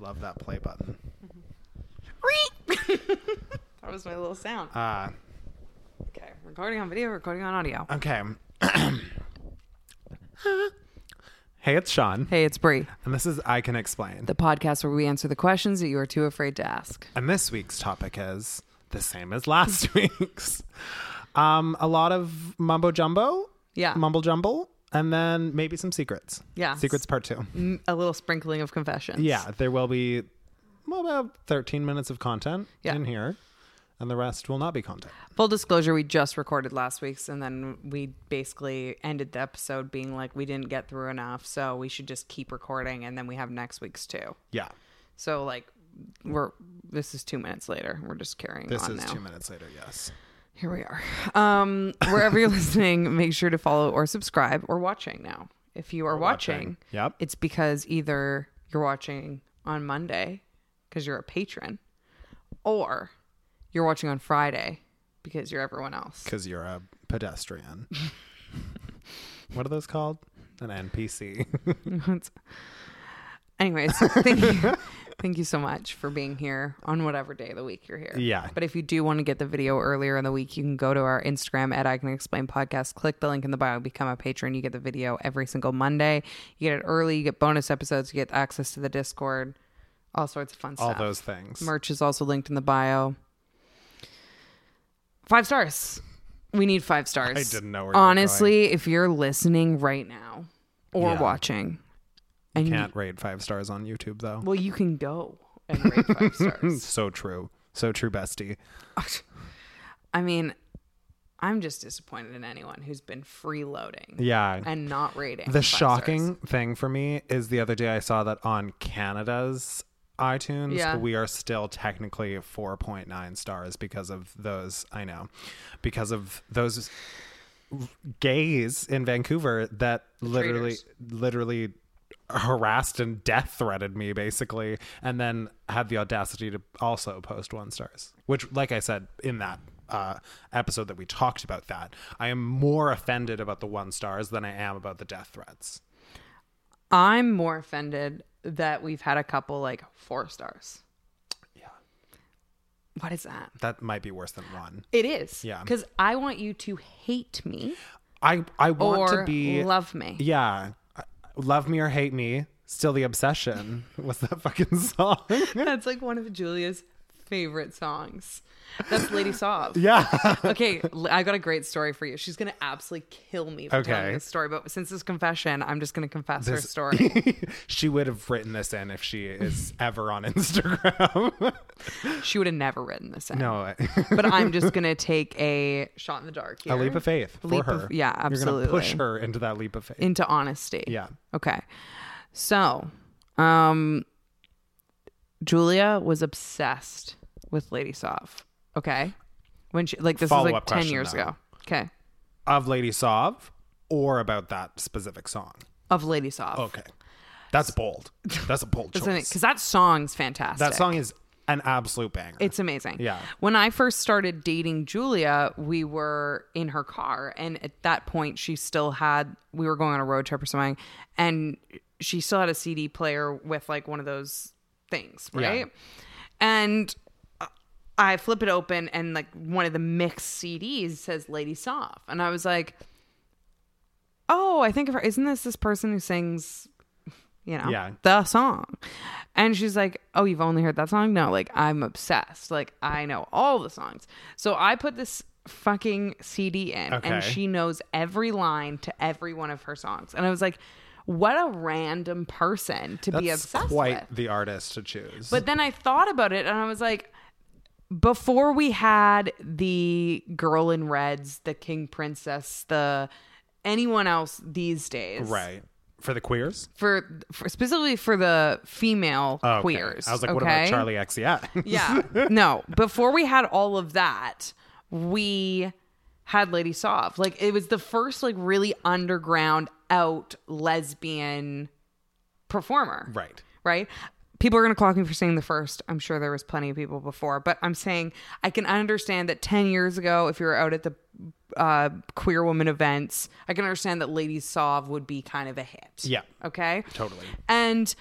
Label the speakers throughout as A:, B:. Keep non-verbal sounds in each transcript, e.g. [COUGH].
A: love that play button.
B: [LAUGHS] That was my little sound.
A: Uh,
B: Okay, recording on video, recording on audio.
A: okay. [COUGHS] hey, it's Sean,
B: Hey, it's Brie,
A: and this is I Can Explain.
B: the podcast where we answer the questions that you are too afraid to ask.
A: and this week's topic is the same as last [LAUGHS] week's. Um, a lot of mumbo jumbo,
B: Yeah.
A: mumble jumble, and then maybe some secrets.
B: Yeah.
A: Secrets part two.
B: Mm, A little sprinkling of confessions.
A: Yeah, there will be well, about 13 minutes of content
B: Yeah.
A: in here, and the rest will not be content.
B: Full disclosure, we just recorded last week's and then we basically ended the episode being like, we didn't get through enough, so we should just keep recording and then we have next week's too.
A: Yeah.
B: So, like, we're this is two minutes later. We're just carrying
A: This
B: on
A: is
B: now.
A: two minutes later, yes.
B: Here we are. Um, wherever you're [LAUGHS] listening, make sure to follow or subscribe or watching now. If you are watching,
A: watching. Yep.
B: it's because either you're watching on Monday because you're a patron, or you're watching on Friday because you're everyone else.
A: Because you're a pedestrian.
B: [LAUGHS]
A: what are those called? An
B: [LAUGHS]
A: NPC.
B: Anyways, thank you. Thank you so much for being here on whatever day of the week you're here.
A: Yeah.
B: But if you do want to get the video earlier in the week, you can go to our Instagram at I Can Explain Podcast. Click the link in the bio, become a patron. You get the video every single Monday. You get it early. You get bonus episodes. You get access to the Discord. All sorts of fun
A: All
B: stuff.
A: those things.
B: Merch is also linked in the bio. Five stars. We need five stars.
A: I didn't know where you were
B: Honestly, if you're listening right now or
A: Yeah.
B: watching, and you-
A: Can't rate five stars on YouTube, though.
B: well, you can go and rate five stars.
A: So true. So true, bestie.
B: I mean, I'm just disappointed in anyone who's been freeloading
A: Yeah.
B: and not rating.
A: the
B: five
A: shocking
B: stars.
A: thing for me is the other day I saw that on Canada's iTunes,
B: Yeah.
A: we are still technically 4.9 stars because of those. I know. Because of those gays in Vancouver that literally,
B: traitors.
A: literally harassed and death threatened me basically and then had the audacity to also post one stars which like i said in that uh, episode that we talked about that i am more offended about the one stars than i am about the death threats
B: I'm more offended that we've had a couple like four stars.
A: Yeah.
B: What is that?
A: that might be worse than one
B: It is.
A: Yeah.
B: Because I want you to hate me
A: i i want
B: or
A: to be
B: love me.
A: yeah I- love me or hate me still the obsession [LAUGHS] what's that fucking song [LAUGHS]
B: That's like one of Julia's favorite songs. That's Lady
A: [LAUGHS]
B: Sob.
A: yeah
B: okay, l- I got a great story for you. She's gonna absolutely kill me for
A: Okay.
B: telling this story, but since this confession, I'm just gonna confess her
A: This- [LAUGHS]
B: story.
A: she would have written this in if she [LAUGHS] is ever on instagram
B: She would have never written this
A: [LAUGHS]
B: in.
A: no
B: But I'm just gonna take a shot in the dark here.
A: a leap of faith for
B: Leap
A: her.
B: of- yeah,
A: You're gonna push
B: absolutely.
A: her into that leap of faith.
B: into honesty.
A: yeah,
B: Okay. So, um, Julia was obsessed with Lady Sov. Okay. When she like this was like
A: Follow-up
B: ten
A: question,
B: years
A: though.
B: ago. Okay.
A: of Lady Sov, or about that specific song.
B: Of Lady Sov.
A: Okay, that's bold. That's a
B: [LAUGHS]
A: bold choice.
B: Because that song's fantastic.
A: that song is an absolute banger.
B: It's amazing.
A: Yeah.
B: When I first started dating Julia, we were in her car. And at that point, she still had, we were going on a road trip or something. And she still had a CD player with like one of those things,
A: Yeah.
B: right? And I flip it open and like one of the mixed CDs says Lady Soft. And I was like, oh, I think of her. Isn't this this person who sings, you know,
A: Yeah.
B: the song? And she's like, oh, you've only heard that song? No, like I'm obsessed. Like I know all the songs. So I put this fucking CD in
A: Okay.
B: and she knows every line to every one of her songs. And I was like, what a random person to be
A: that's
B: obsessed
A: quite
B: with.
A: the artist to choose.
B: But then I thought about it and I was like, before we had the girl in reds, the king princess, the anyone else these days,
A: right for the queers.
B: For, for specifically for the female
A: Oh, Okay.
B: queers.
A: I was like, what
B: okay?
A: about Charlie
B: [LAUGHS]
A: XCX?
B: Yeah. No, before we had all of that, we had Lady Soft. Like it was the first like really underground out lesbian performer
A: [LAUGHS] right.
B: right? People are going to clock me for saying the first. I'm sure there was plenty of people before, but I'm saying I can understand that 10 years ago, if you were out at the uh, queer woman events, I can understand that Lady Sov would be kind of a hit.
A: Yeah.
B: Okay.
A: Totally.
B: And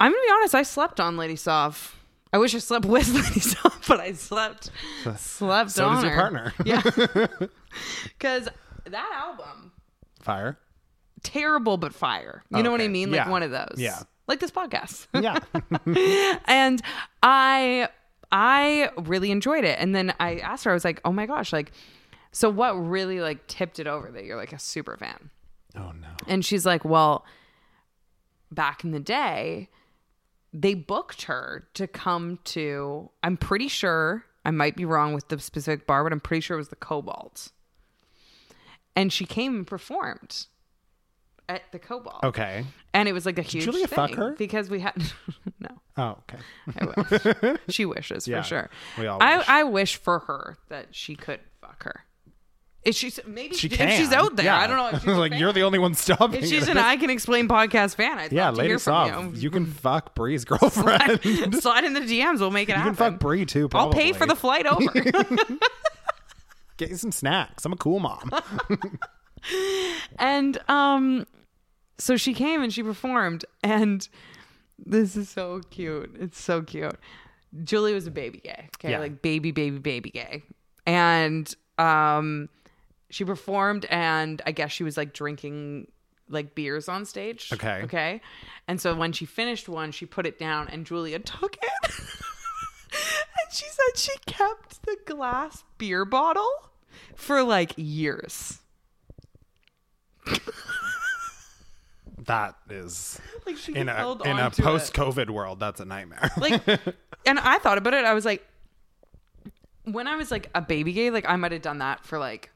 B: I'm gonna be honest. I slept on Lady Sov. I wish I slept [LAUGHS] with Lady Sov, but I slept slept
A: So
B: on
A: does your
B: her.
A: partner.
B: Yeah, because that album
A: [LAUGHS]
B: [LAUGHS]
A: Fire.
B: terrible but fire. You know what I
A: Oh, Okay.
B: mean? Like
A: Yeah.
B: one of those.
A: Yeah.
B: Like this podcast.
A: [LAUGHS] Yeah.
B: and I I really enjoyed it. And then I asked her, I was like, oh my gosh, like, so what really like tipped it over that you're like a super fan?
A: oh no.
B: And she's like, well, back in the day, they booked her to come to, I'm pretty sure, I might be wrong with the specific bar, but I'm pretty sure it was the Cobalt. And she came and performed at the Cobalt.
A: Okay.
B: And it was like a huge
A: Julia
B: thing
A: fuck her?
B: because we had [LAUGHS] no.
A: Oh, okay.
B: I
A: [LAUGHS]
B: wish. she wishes
A: Yeah,
B: for sure.
A: we all
B: I
A: wish.
B: I wish for her that she could fuck her. If she's maybe
A: She
B: if
A: can.
B: she's out there,
A: Yeah.
B: I don't know. If she's
A: [LAUGHS]
B: a
A: like
B: fan.
A: you're the only one stopping.
B: If she's
A: it. [LAUGHS]
B: an I can explain podcast fan, I'd
A: yeah,
B: love to
A: Lady
B: hear
A: Soft.
B: from
A: You.
B: you.
A: can fuck Bree's [LAUGHS] girlfriend. you
B: [LAUGHS] Slide in the DMs, we'll make it happen.
A: can fuck Bree too.
B: I'll
A: Probably.
B: pay for the
A: [LAUGHS]
B: flight over.
A: Get you some snacks. I'm a cool
B: [LAUGHS]
A: mom.
B: and um so she came and she performed and this is so cute it's so cute julie was a baby gay okay
A: Yeah.
B: like baby baby baby gay and um she performed and i guess she was like drinking like beers on stage
A: Okay.
B: okay and so when she finished one she put it down and julia took it [LAUGHS] and she said she kept the glass beer bottle for like years
A: that is
B: like she
A: in a
B: held
A: in a
B: onto it.
A: post COVID world. That's a nightmare.
B: like and i thought about it i was like when i was like a baby gay like i might have done that for like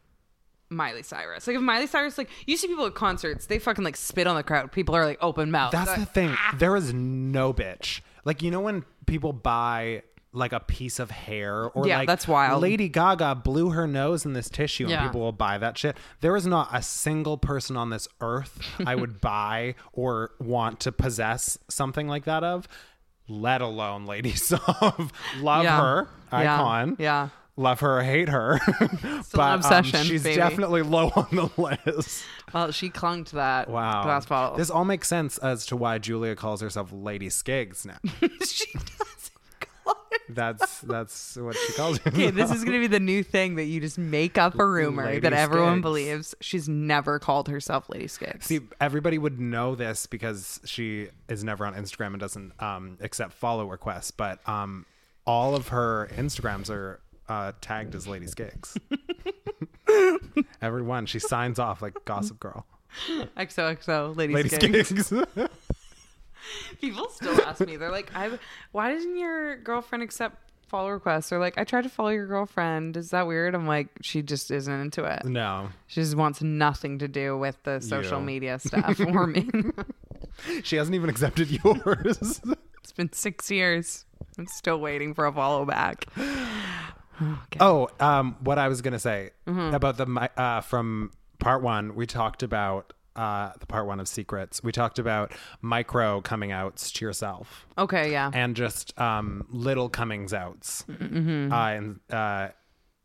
B: miley cyrus like if miley cyrus like you see people at concerts they fucking like spit on the crowd people are like open mouth
A: That's
B: Like,
A: the thing. There is no bitch. Like you know when people buy like a piece of hair or
B: Yeah,
A: like
B: that's wild.
A: Lady Gaga blew her nose in this tissue
B: Yeah.
A: and people will buy that shit. There is not a single person on this earth I
B: [LAUGHS]
A: would buy or want to possess something like that of, let alone Lady [LAUGHS] Sov. Love
B: Yeah.
A: her.
B: Yeah.
A: Icon.
B: yeah
A: Love her or hate her. [LAUGHS] but um,
B: obsession,
A: she's
B: baby.
A: definitely low on the [LAUGHS] list.
B: well she clung to that
A: Wow.
B: glass bottle
A: This all makes sense as to why Julia calls herself Lady Skiggs
B: [LAUGHS]
A: now.
B: [LAUGHS] she doesn't call it-
A: That's that's what she calls her.
B: [LAUGHS] Okay, this is gonna be the new thing that you just make up a rumor
A: Lady
B: that everyone
A: Skiggs.
B: believes. She's never called herself Lady Skiggs.
A: See, everybody would know this because she is never on Instagram and doesn't um, accept follow requests. But um, all of her Instagrams are uh, tagged as Lady
B: [LAUGHS]
A: Skiggs. Everyone, she signs off like Gossip Girl,
B: XOXO, Lady,
A: Lady
B: Skiggs.
A: Skiggs. [LAUGHS]
B: People still ask me. They're like, "I why didn't your girlfriend accept follow requests?" They're like, "I tried to follow your girlfriend. Is that weird?" I'm like, "She just isn't into it.
A: no,
B: She just wants nothing to do with the social
A: You. [LAUGHS]
B: media stuff or me." [LAUGHS]
A: she hasn't even accepted [LAUGHS] yours.
B: it's been six years. I'm still waiting for a follow back.
A: Oh, um, what I was gonna say
B: Mm-hmm.
A: about the mi- uh, from part one, we talked about uh, the part one of secrets. We talked about micro coming outs to yourself
B: Okay, yeah,
A: and just um, little comings outs,
B: Mm-hmm.
A: uh, in, uh,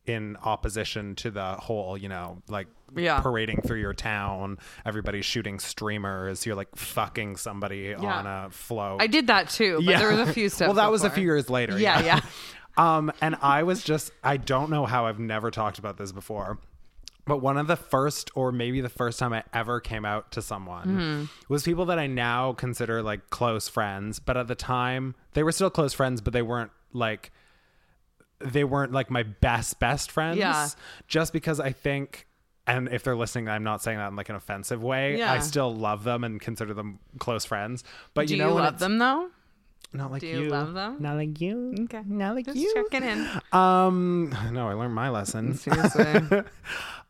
A: in opposition to the whole, you know, like
B: Yeah.
A: parading through your town, everybody's shooting streamers, you're like fucking somebody on a float.
B: I did that too. But there was a few
A: [LAUGHS]
B: steps.
A: well, that was a
B: before.
A: few years later.
B: Yeah, yeah.
A: Um, and I was just, I don't know how I've never talked about this before, but one of the first, or maybe the first time I ever came out to someone
B: Mm-hmm.
A: was people that I now consider like close friends. But at the time, they were still close friends, but they weren't like, they weren't like my best, best friends.
B: Yeah.
A: Just because I think, and if they're listening, I'm not saying that in like an offensive way.
B: Yeah.
A: I still love them and consider them close friends. But
B: Do
A: [LAUGHS] you
B: you,
A: know, when
B: love
A: it's-
B: them though?
A: not like
B: Do you love them?
A: Not like you.
B: Okay.
A: Not like
B: Just
A: you.
B: checking in.
A: [LAUGHS] Um, [SIGHS] no, I learned my lesson.
B: Seriously.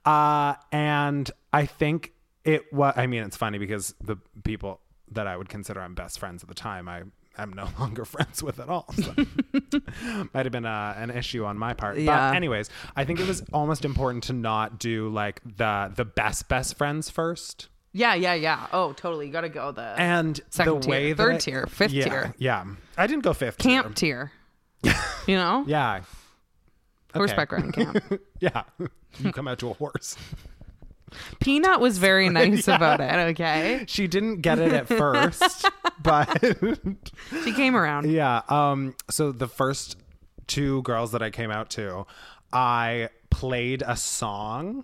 A: Uh, and I think it was, I mean, it's funny because the people that I would consider I'm best friends at the time, I am no [LAUGHS] longer friends with at all. So. [LAUGHS] Might have been uh, an issue on my part.
B: Yeah.
A: But anyways, I think it was almost important to not do like the, the best, best friends first.
B: yeah, yeah, yeah. Oh, totally. You gotta go the
A: And
B: Second
A: the
B: tier,
A: way that
B: third
A: I-
B: tier, fifth
A: yeah,
B: tier.
A: Yeah. I didn't go fifth
B: camp
A: tier. [LAUGHS]
B: tier. You know,
A: Yeah. [LAUGHS]
B: horseback riding camp. [LAUGHS]
A: Yeah. You come out to a horse.
B: Peanut was very nice
A: [LAUGHS]
B: about it. Okay,
A: She didn't get it at first, [LAUGHS] but
B: she came around.
A: Yeah. Um. So the first two girls that I came out to, I played a song.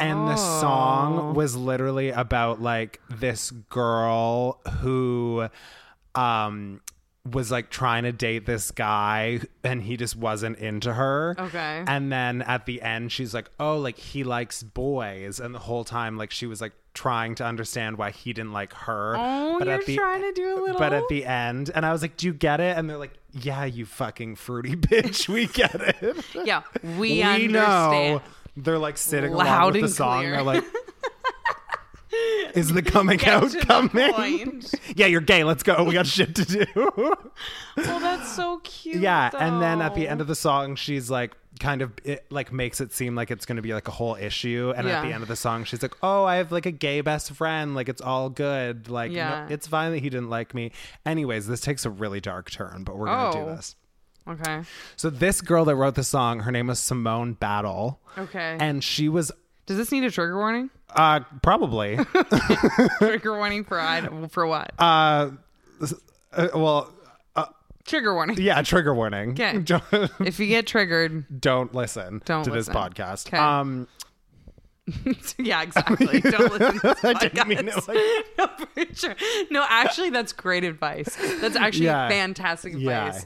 A: And the song was literally about like this girl who um was like trying to date this guy and he just wasn't into her.
B: Okay.
A: And then at the end she's like, "Oh, like he likes boys." And the whole time like she was like trying to understand why he didn't like her.
B: Oh,
A: but
B: you're
A: at the
B: trying to do a little.
A: but at the end, and I was like, "Do you get it?" And they're like, "Yeah, you fucking fruity [LAUGHS] bitch, we get it.
B: yeah, [LAUGHS] we,
A: we
B: understand.
A: know." They're like sitting
B: Loud
A: along with the
B: and
A: song.
B: clear.
A: They're
B: [LAUGHS]
A: like, "Is the coming
B: Get
A: out
B: to the
A: coming?"
B: point.
A: [LAUGHS] yeah, you're gay. Let's go. We got shit to do. [LAUGHS]
B: Well, that's so cute.
A: yeah, and then at the
B: though.
A: end of the song, she's like, kind of it, like makes it seem like it's going to be like a whole issue. And at
B: Yeah.
A: the end of the song, she's like, "Oh, I have like a gay best friend. Like it's all good. Like no-
B: Yeah.
A: it's fine that he didn't like me." Anyways, this takes a really dark turn, but we're gonna
B: Oh.
A: do this.
B: Okay.
A: So this girl that wrote the song, her name was Simone Battle,
B: Okay.
A: and she was
B: Does this need a
A: [LAUGHS]
B: trigger warning?
A: uh, probably [LAUGHS]
B: Trigger warning for I for what?
A: uh, uh, well,
B: Trigger
A: [LAUGHS]
B: warning.
A: yeah, trigger warning.
B: Okay.
A: [LAUGHS] Don't,
B: If you get triggered,
A: don't listen
B: Don't
A: to this
B: listen.
A: podcast.
B: Okay.
A: Um,
B: [LAUGHS]
A: [LAUGHS]
B: yeah, exactly. Don't listen to this
A: I didn't mean it
B: podcast.
A: like-
B: [LAUGHS] no, for sure. No, actually, that's great advice. That's actually
A: Yeah.
B: fantastic
A: Yeah.
B: advice.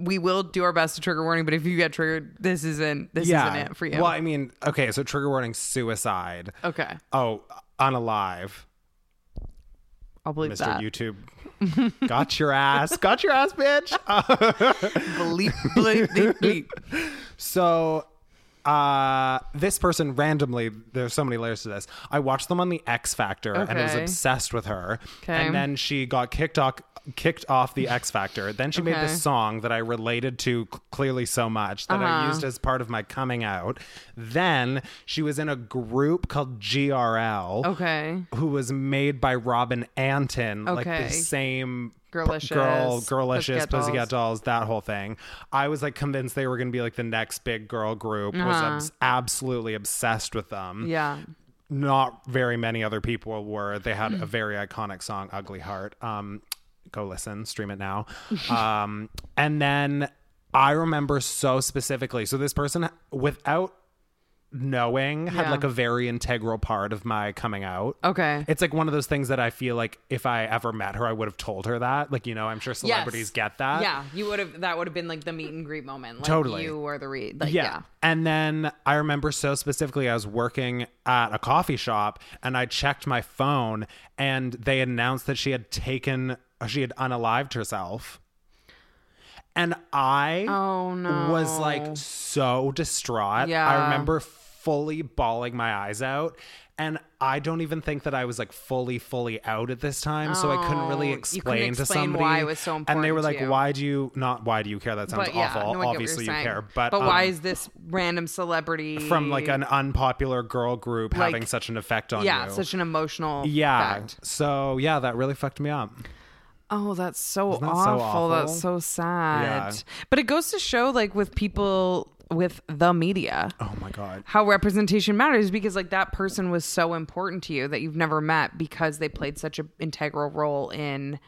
B: We will do our best to trigger warning, but if you get triggered, this isn't this
A: yeah.
B: isn't it for you.
A: Well, I mean, okay, so trigger warning: suicide.
B: Okay,
A: Oh, unalive.
B: I'll believe
A: Mr.
B: that.
A: YouTube got your ass. Got your ass, bitch. Uh,
B: [LAUGHS] Bleep, bleep, bleep,
A: [LAUGHS]
B: bleep.
A: so uh this person randomly there's so many layers to this. I watched them on the X Factor and was
B: Okay.
A: obsessed with her.
B: Okay.
A: And then she got kicked off kicked off the X Factor. Then she made
B: Okay.
A: this song that I related to c- clearly so much that I
B: Uh-huh.
A: used as part of my coming out. Then she was in a group called
B: Oh,
A: GRL.
B: Okay.
A: who was made by Robin Anton, like
B: Okay.
A: the same per-
B: Girlicious,
A: girl, girlicious,
B: Pussycat Dolls.
A: pussycat dolls, that whole thing. I was like convinced they were going to be like the next big girl group. Was
B: Uh-huh.
A: abs- absolutely obsessed with them.
B: Yeah.
A: Not very many other people were. They
B: [LAUGHS]
A: had a very iconic song, "Ugly Heart." Um, go listen, stream it now. um, and then I remember so specifically. So this person, without knowing, had
B: Yeah.
A: like a very integral part of my coming out.
B: Okay.
A: It's like one of those things that I feel like if I ever met her, I would have told her that. Like, you know, I'm sure celebrities get that.
B: Yeah, you would have. That would have been like the meet and greet moment. Like
A: Totally.
B: You were the read. Like,
A: Yeah.
B: yeah.
A: And then I remember so specifically, I was working at a coffee shop and I checked my phone and they announced that she had taken, she had unalived herself. And I
B: Oh no.
A: was like so distraught.
B: Yeah.
A: I remember fully bawling my eyes out. And I don't even think that I was like fully, fully out at this time. so I couldn't
B: Oh,
A: really
B: you couldn't
A: explain, to
B: explain
A: somebody.
B: why it was so
A: and they
B: important
A: were
B: to
A: like,
B: you.
A: why do you not, why do you care? That sounds awful.
B: no, I get what
A: Obviously you
B: you're saying.
A: care. But, um,
B: why is this random celebrity
A: from like an unpopular girl group
B: Mm. Like-
A: having such an effect on
B: yeah
A: you?
B: such an emotional
A: yeah.
B: fact.
A: So yeah, that really fucked me up.
B: Oh, that's so,
A: that so
B: awful. That's
A: awful?
B: so
A: Yeah.
B: sad. But it goes to show, like with people with the media,
A: Oh my God.
B: how representation matters because like that person was so important to you that you've never met because they played such an integral role in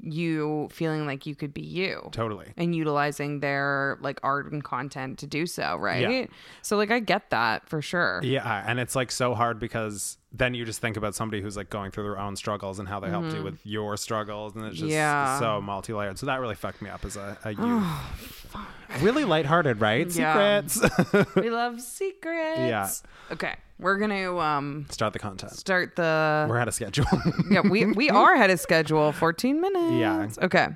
B: you feeling like you could be you.
A: Totally.
B: and utilizing their like art and content to do so, right?
A: Yeah.
B: So like I get that for sure.
A: Yeah, and it's like so hard because then you just think about somebody who's like going through their own struggles and how they helped you with your struggles, and it's just
B: Mm-hmm. Yeah.
A: so multi-layered. So that really fucked me up as a,
B: [SIGHS]
A: a youth. really lighthearted, right?
B: Yeah.
A: Secrets. [LAUGHS]
B: we love secrets. Okay. We're gonna um
A: Start the content.
B: start the
A: We're out of schedule.
B: Yeah, we [LAUGHS] we are ahead of schedule. Fourteen minutes. Yeah. Okay.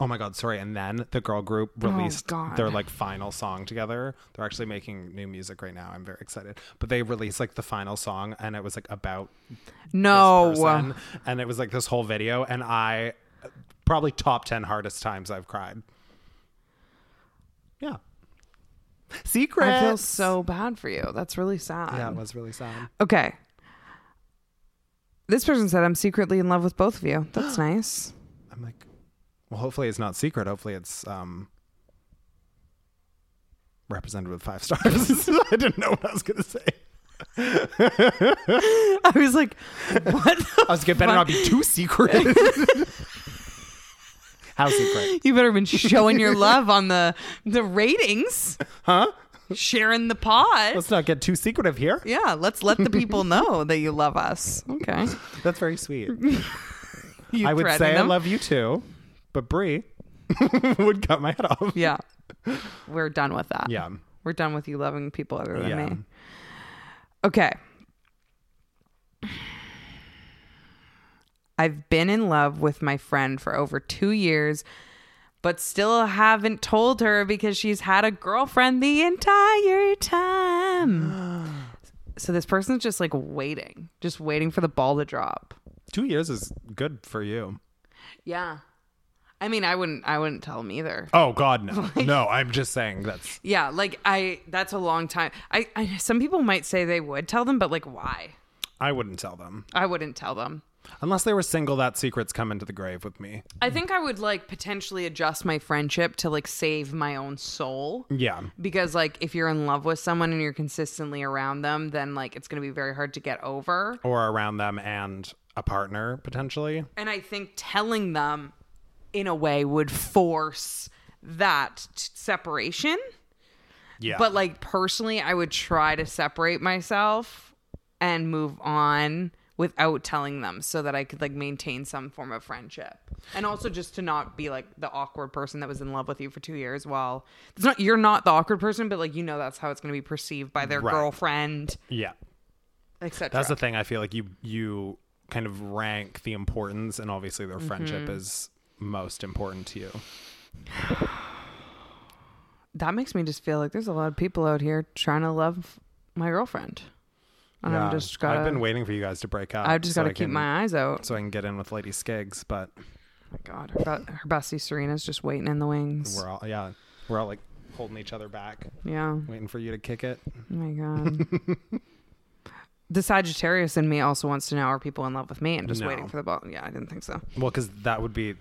A: oh my god, sorry. And then the girl group released
B: God.
A: their like final song together. They're actually making new music right now. I'm very excited. But they released like the final song, and it was like about
B: No.
A: person, and it was like this whole video, and I probably top ten hardest times I've cried. Yeah, secret.
B: I feel so bad for you. That's really sad.
A: Yeah, it was really sad.
B: Okay. This person said, I'm secretly in love with both of you. [GASPS] That's nice.
A: I'm like, well, hopefully it's not secret. Hopefully it's um [LAUGHS] represented with five stars. I didn't know what I was gonna say.
B: I was like, what the
A: I was gonna better not be too secret. [LAUGHS] How secret?
B: You better have been showing your love on the the ratings.
A: Huh?
B: Sharing the pod.
A: Let's not get too secretive here.
B: yeah, let's let the people know that you love us. Okay.
A: That's very [LAUGHS] sweet.
B: You
A: I would
B: threaten
A: say I
B: them?
A: love you too, but Brie [LAUGHS] would cut my head off.
B: Yeah. We're done with that.
A: Yeah.
B: We're done with you loving people other than
A: Yeah.
B: me. Okay. I've been in love with my friend for over two years, but still haven't told her because she's had a girlfriend the entire time. so this person's just like waiting, just waiting for the ball to drop.
A: Two years is good for you.
B: Yeah. I mean, I wouldn't I wouldn't tell him either.
A: Oh God, [LAUGHS] no, no. I'm just saying that's
B: Yeah, like I that's a long time. I, I some people might say they would tell them, but like why?
A: I wouldn't tell them
B: I wouldn't tell them.
A: unless they were single. That secret's coming to the grave with me.
B: I think I would like potentially adjust my friendship to like save my own soul.
A: Yeah,
B: Because like if you're in love with someone and you're consistently around them, then like it's gonna be very hard to get over.
A: or around them and a partner potentially.
B: And I think telling them in a way would force that t- separation.
A: Yeah,
B: But like personally, I would try to separate myself and move on without telling them so that I could like maintain some form of friendship. And also just to not be like the awkward person that was in love with you for 2 years while it's not you're not the awkward person but like you know that's how it's going to be perceived by their
A: Right.
B: girlfriend,
A: yeah,
B: etc.
A: that's the thing. I feel like you you kind of rank the importance, and obviously their friendship
B: Mm-hmm.
A: is most important to you.
B: that makes me just feel like there's a lot of people out here trying to love my girlfriend. And
A: yeah.
B: I'm just gotta,
A: I've been waiting for you guys to break up.
B: I've just
A: so
B: got to
A: I
B: keep
A: can-
B: my eyes out.
A: so I can get in with Lady Skiggs, but
B: Oh my god, her, bu- her bestie Serena's just waiting in the wings.
A: we're all yeah, we're all like holding each other back,
B: Yeah.
A: waiting for you to kick it.
B: Oh my god.
A: [LAUGHS]
B: the Sagittarius in me also wants to know are people in love with me and just
A: No.
B: waiting for the ball. Yeah, I didn't think so.
A: Well, because that would be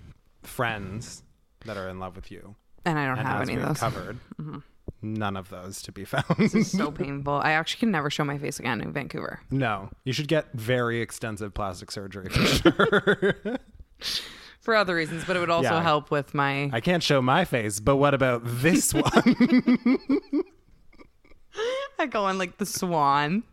A: friends that are in love with you.
B: And I don't
A: and
B: have
A: as
B: any of
A: we've
B: those. Mm-hmm.
A: covered, none of those to be [LAUGHS]
B: [LAUGHS] This
A: found.
B: is so painful. I actually can never show my face again in Vancouver.
A: no, you should get very extensive plastic surgery for [LAUGHS] sure.
B: For other reasons, but it would also
A: Yeah.
B: help with my
A: I can't show my face, but what about this one?
B: [LAUGHS] I go on like the swan.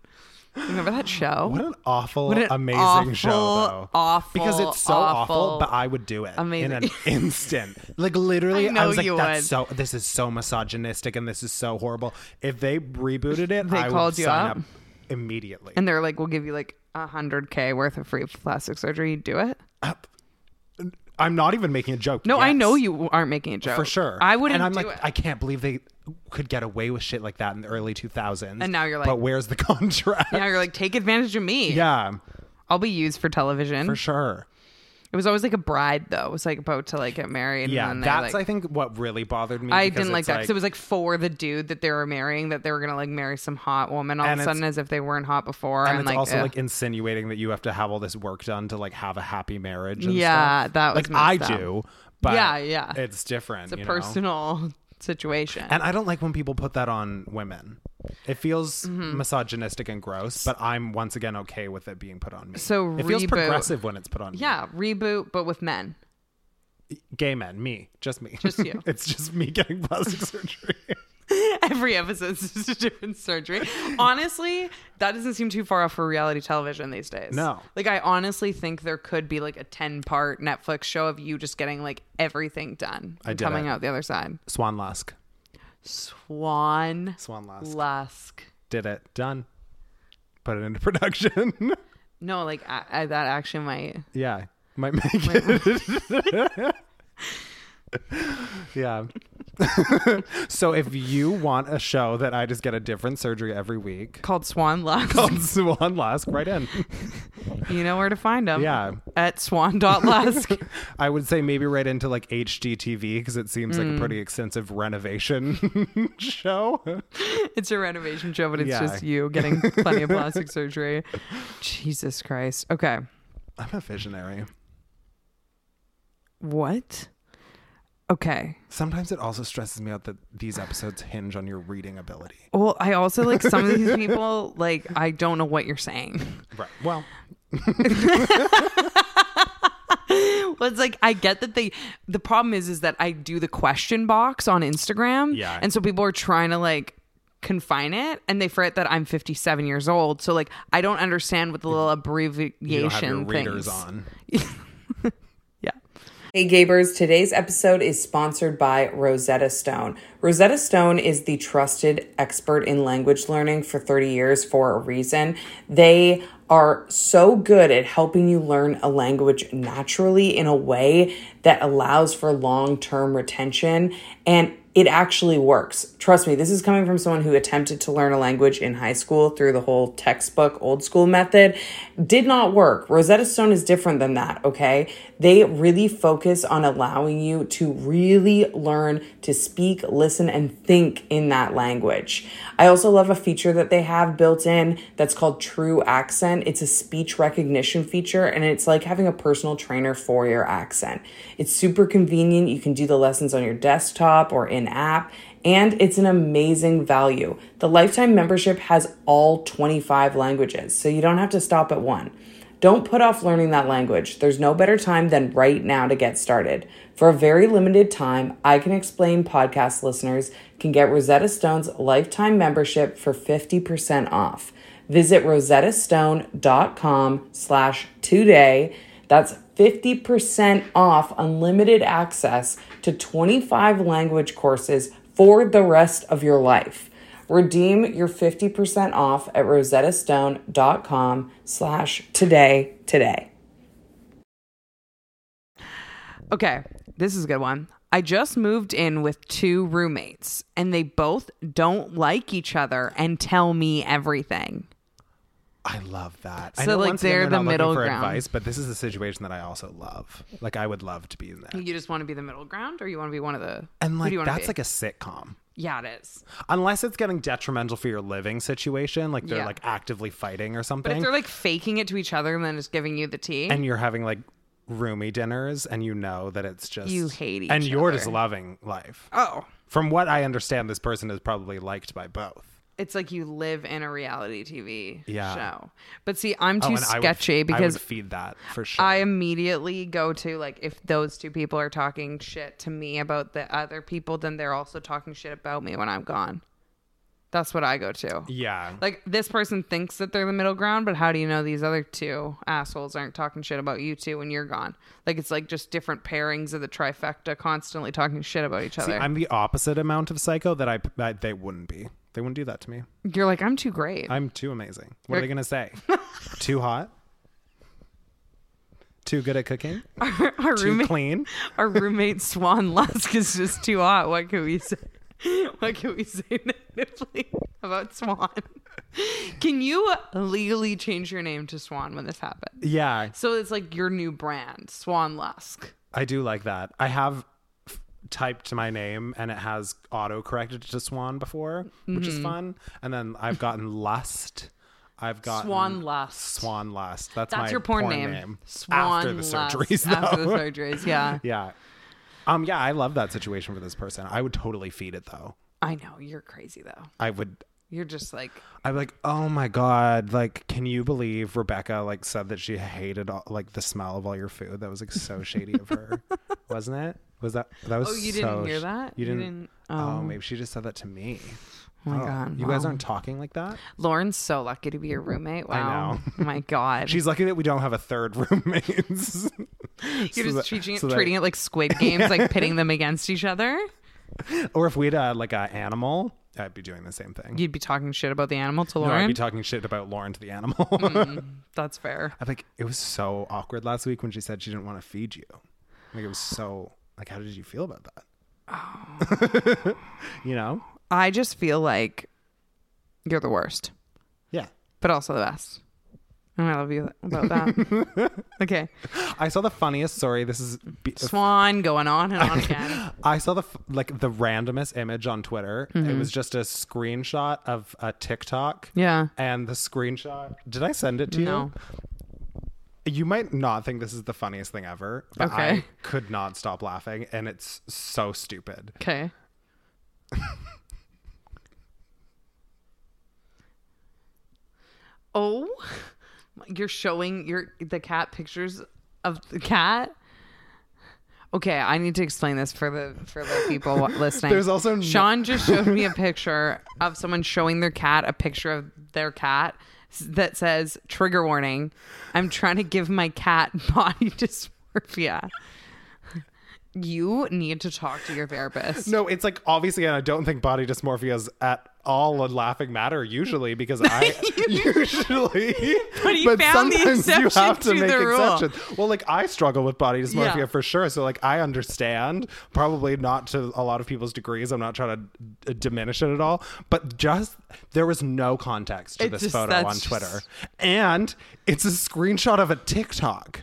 B: Remember that show?
A: what an awful,
B: What an
A: amazing show,
B: awful,
A: though.
B: awful,
A: because it's so awful,
B: awful-
A: but I would do it
B: Amazing. [LAUGHS]
A: in an instant. Like literally,
B: I
A: I,
B: know
A: was like,
B: you
A: "That's
B: would.
A: so. This is so misogynistic, and this is so horrible." If they rebooted it,
B: They
A: I
B: called
A: would
B: you
A: sign
B: up?
A: up immediately.
B: and they're like, we'll give you like a hundred K worth of free plastic surgery. You do it?
A: I'm not even making a joke.
B: No, I
A: Yes.
B: know you aren't making a joke.
A: for sure.
B: I wouldn't
A: And I'm
B: do
A: like,
B: it.
A: I can't believe they could get away with shit like that in the early 2000s.
B: And now you're like-
A: but where's the [LAUGHS] contract? Yeah,
B: now you're like, take advantage of me. I'll be used for television.
A: for sure.
B: It was always like a bride though. It was like about to like get married.
A: Yeah,
B: and then they,
A: that's
B: like,
A: I think what really bothered me.
B: I
A: because
B: didn't like
A: it's
B: that because it was like for the dude that they were marrying that they were gonna like marry some hot woman all of
A: And
B: a
A: it's-
B: sudden as if they weren't hot before
A: and
B: and,
A: it's
B: like,
A: also
B: ugh.
A: like insinuating that you have to have all this work done to like have a happy marriage. And
B: Yeah,
A: stuff.
B: that was
A: like I
B: messed up.
A: do, but
B: Yeah, yeah.
A: it's different.
B: it's
A: you
B: a
A: know?
B: personal [LAUGHS] situation.
A: And I don't like when people put that on women. It feels
B: Mm-hmm.
A: misogynistic and gross, but I'm once again okay with it being put on me.
B: So
A: it feels
B: reboot-
A: progressive when it's put on me.
B: yeah, reboot but with men. [LAUGHS]
A: gay men, me, just me,
B: Just you.
A: [LAUGHS] it's just me getting
B: [LAUGHS]
A: plastic surgery.
B: Every episode is just a different surgery. Honestly, that doesn't seem too far off for reality television these days.
A: No.
B: Like I honestly think there could be like a 10-part Netflix show of you just getting like everything done
A: I
B: and
A: did
B: coming
A: it.
B: out the other side.
A: Swan Lusk,
B: Swan
A: Swan Lusk,
B: Lusk.
A: did it, done, put it into production. [LAUGHS]
B: No, like I, I, that actually might.
A: yeah, might make it. [LAUGHS] yeah. [LAUGHS] so if you want a show that I just get a different surgery every week. [LAUGHS]
B: Called Swan Lusk.
A: called Swan Lusk, right [LAUGHS] in.
B: You know where to find them.
A: Yeah.
B: At swan.lusk.
A: I would say maybe right into like HGTV because it seems like a pretty extensive renovation [LAUGHS] show.
B: [LAUGHS] it's a renovation show, but it's
A: Yeah.
B: just you getting plenty of plastic surgery. Jesus Christ. Okay.
A: I'm a visionary.
B: What? Okay.
A: Sometimes it also stresses me out that these episodes hinge on your reading ability.
B: Well, I also like some of these people, like, I don't know what you're saying.
A: Right. Well,
B: Well, it's like I get that they. The problem is, is that I do the question box on Instagram,
A: Yeah.
B: and so people are trying to like confine it, and they forget that I'm 57 years old, so like I don't understand what the little abbreviation
A: you don't have your readers
B: things.
A: on.
B: Yeah. Hey Gabers, today's episode is sponsored by Rosetta Stone. Rosetta Stone is the trusted expert in language learning for 30 years for a reason. They are so good at helping you learn a language naturally in a way that allows for long term retention and it actually works. Trust me, this is coming from someone who attempted to learn a language in high school through the whole textbook old school method. Did not work. Rosetta Stone is different than that, okay? They really focus on allowing you to really learn to speak, listen, and think in that language. I also love a feature that they have built in that's called True Accent. It's a speech recognition feature, and it's like having a personal trainer for your accent. It's super convenient. You can do the lessons on your desktop or in app, and it's an amazing value. The lifetime membership has all 25 languages, so you don't have to stop at one. Don't put off learning that language. There's no better time than right now to get started. For a very limited time, I Can Explain podcast listeners can get Rosetta Stone's lifetime membership for 50% off. Visit rosettastone.com slash today. That's 50% off unlimited access to 25 language courses for the rest of your life. Redeem your 50% off at rosettastone.com slash today today. Okay, this is a good one. I just moved in with two roommates and they both don't like each other and tell me everything.
A: I love that. I
B: So,
A: know
B: like,
A: once again,
B: they're
A: we're
B: the
A: not looking
B: middle
A: for
B: ground.
A: advice, but this is a situation that I also love. Like, I would love to be in that.
B: You just want to be the middle ground or you want to be one of the
A: And
B: who
A: like,
B: do you want
A: that's
B: to be?
A: like a sitcom.
B: Yeah, it is.
A: Unless it's getting detrimental for your living situation, like they're
B: Yeah.
A: like actively fighting or
B: But if
A: something,
B: they're like faking it to each other and then just giving you the tea,
A: and you're having like roomy dinners, and you know that it's just
B: You hate each
A: and you're just
B: other.
A: loving life.
B: oh,
A: From what I understand, this person is probably liked by both.
B: it's like you live in a reality TV
A: Yeah.
B: show. But see, I'm
A: Oh,
B: too
A: and I would-
B: sketchy
A: I would
B: because
A: feed that for sure.
B: I immediately go to like if those two people are talking shit to me about the other people, then they're also talking shit about me when I'm gone. That's what I go to.
A: yeah,
B: Like this person thinks that they're the middle ground, but how do you know these other two assholes aren't talking shit about you two when you're gone? Like it's like just different pairings of the trifecta constantly talking shit about each
A: See,
B: other.
A: I'm the opposite amount of psycho that I, I they wouldn't be. They wouldn't do that to me.
B: you're like, I'm too great.
A: I'm too amazing. What are they gonna
B: [LAUGHS]
A: say? too hot? Too good at cooking?
B: Our
A: Too
B: roommate [LAUGHS]
A: clean?
B: our roommate Swan Lusk is just too hot. What can we say? What can we say negatively about Swan? Can you legally change your name to Swan when this happens?
A: Yeah,
B: So it's like your new brand, Swan Lusk.
A: I do like that. I have f- typed my name and it has auto corrected to Swan before, which
B: Mm-hmm.
A: is fun. And then I've gotten lust. I've gotten
B: Swan Lust.
A: Swan lust. That's,
B: That's
A: my
B: your porn, name. Swan
A: After the
B: Lusk.
A: surgeries, though. [LAUGHS]
B: After the surgeries, yeah.
A: yeah. Um. Yeah, I love that situation for this person. I would totally feed it though.
B: I know you're crazy though.
A: I would.
B: You're just like
A: I'm like, oh my god! Like, can you believe Rebecca like said that she hated all, like the smell of all your food? That was like so shady of
B: [LAUGHS]
A: her, wasn't it? Was that that was?
B: Oh, you
A: so
B: didn't hear
A: sh-
B: that?
A: You
B: You
A: didn't.
B: didn't-
A: Oh.
B: oh.
A: maybe she just said that to me.
B: Oh my God,
A: you guys
B: wow.
A: aren't talking like that.
B: Lauren's so lucky to be your roommate. Wow.
A: know.
B: [LAUGHS] my God.
A: She's lucky that we don't have a third [LAUGHS] roommate. So
B: You're just
A: that-
B: treating, it,
A: so that-
B: treating it
A: [LAUGHS]
B: like squid games, like pitting them against each other.
A: Or if we had uh, like an animal, I'd be doing the same thing.
B: You'd be talking shit about the animal to
A: No, I'd
B: Lauren.
A: be talking shit about Lauren to the animal.
B: [LAUGHS] That's fair.
A: I think it was so awkward last week when she said she didn't want to feed you. Like it was so like how did you feel about that? [LAUGHS] you know?
B: I just feel like you're the worst,
A: Yeah.
B: but also the best. And I love you about that.
A: [LAUGHS]
B: okay.
A: I saw the funniest story. This is be-
B: Swan going on and
A: [LAUGHS]
B: on again.
A: I saw the f- like the randomest image on Twitter. It was just a screenshot of a TikTok.
B: Yeah.
A: And the screenshot, did I send it to you?
B: No.
A: You might not think this is the funniest thing ever, but I
B: Okay.
A: could not stop laughing, and it's so stupid.
B: Okay. [LAUGHS] oh, you're showing your the cat pictures of the cat. Okay, I need to explain this for the for the
A: [LAUGHS]
B: people wa- listening.
A: There's also no-
B: Sean just showed me a picture of someone showing their cat a picture of their cat s- that says trigger warning. I'm trying to give my cat [LAUGHS] body dysmorphia. You need to talk to your therapist.
A: No, it's like obviously, and I don't think body dysmorphia is at all a laughing matter usually because
B: [LAUGHS]
A: I [LAUGHS] usually,
B: But you found the exception to the rule.
A: Well, like I struggle with body dysmorphia
B: Yeah.
A: for sure, so like I understand. Probably not to a lot of people's degrees. I'm not trying to d- diminish it at all, but just there was no context to
B: It
A: this
B: just-
A: photo
B: that's
A: on
B: just-
A: Twitter, and it's a screenshot of a TikTok.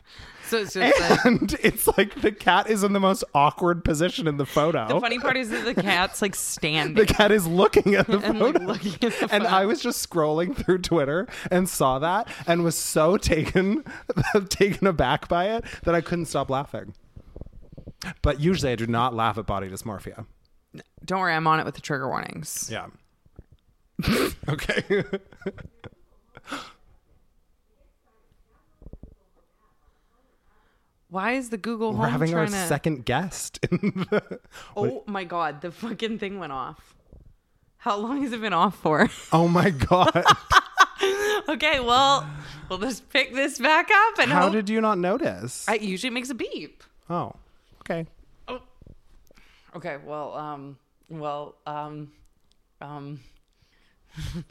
B: So
A: [LAUGHS]
B: it's just like,
A: And it's like the cat is in the most awkward position in the photo.
B: the funny part is that the cat's like
A: [LAUGHS]
B: standing.
A: the cat is looking at the
B: [LAUGHS] And, like,
A: photo.
B: looking at the
A: and
B: photo.
A: I was just scrolling through Twitter and saw that and was so taken [LAUGHS] taken aback by it that I couldn't stop laughing. But usually I do not laugh at body dysmorphia.
B: Don't worry, I'm on it with the trigger warnings. [LAUGHS]
A: Yeah. okay.
B: Why is the Google
A: We're
B: Home
A: having our
B: trying to?
A: second guest. In the... [LAUGHS]
B: oh my god, the fucking thing went off. How long has it been off for? [LAUGHS]
A: Oh my god.
B: okay, well, we'll just pick this back up and
A: How
B: hope-
A: did you not notice?
B: it usually makes a beep.
A: Oh. Okay.
B: Oh. Okay, well, um, well, um, um. [LAUGHS]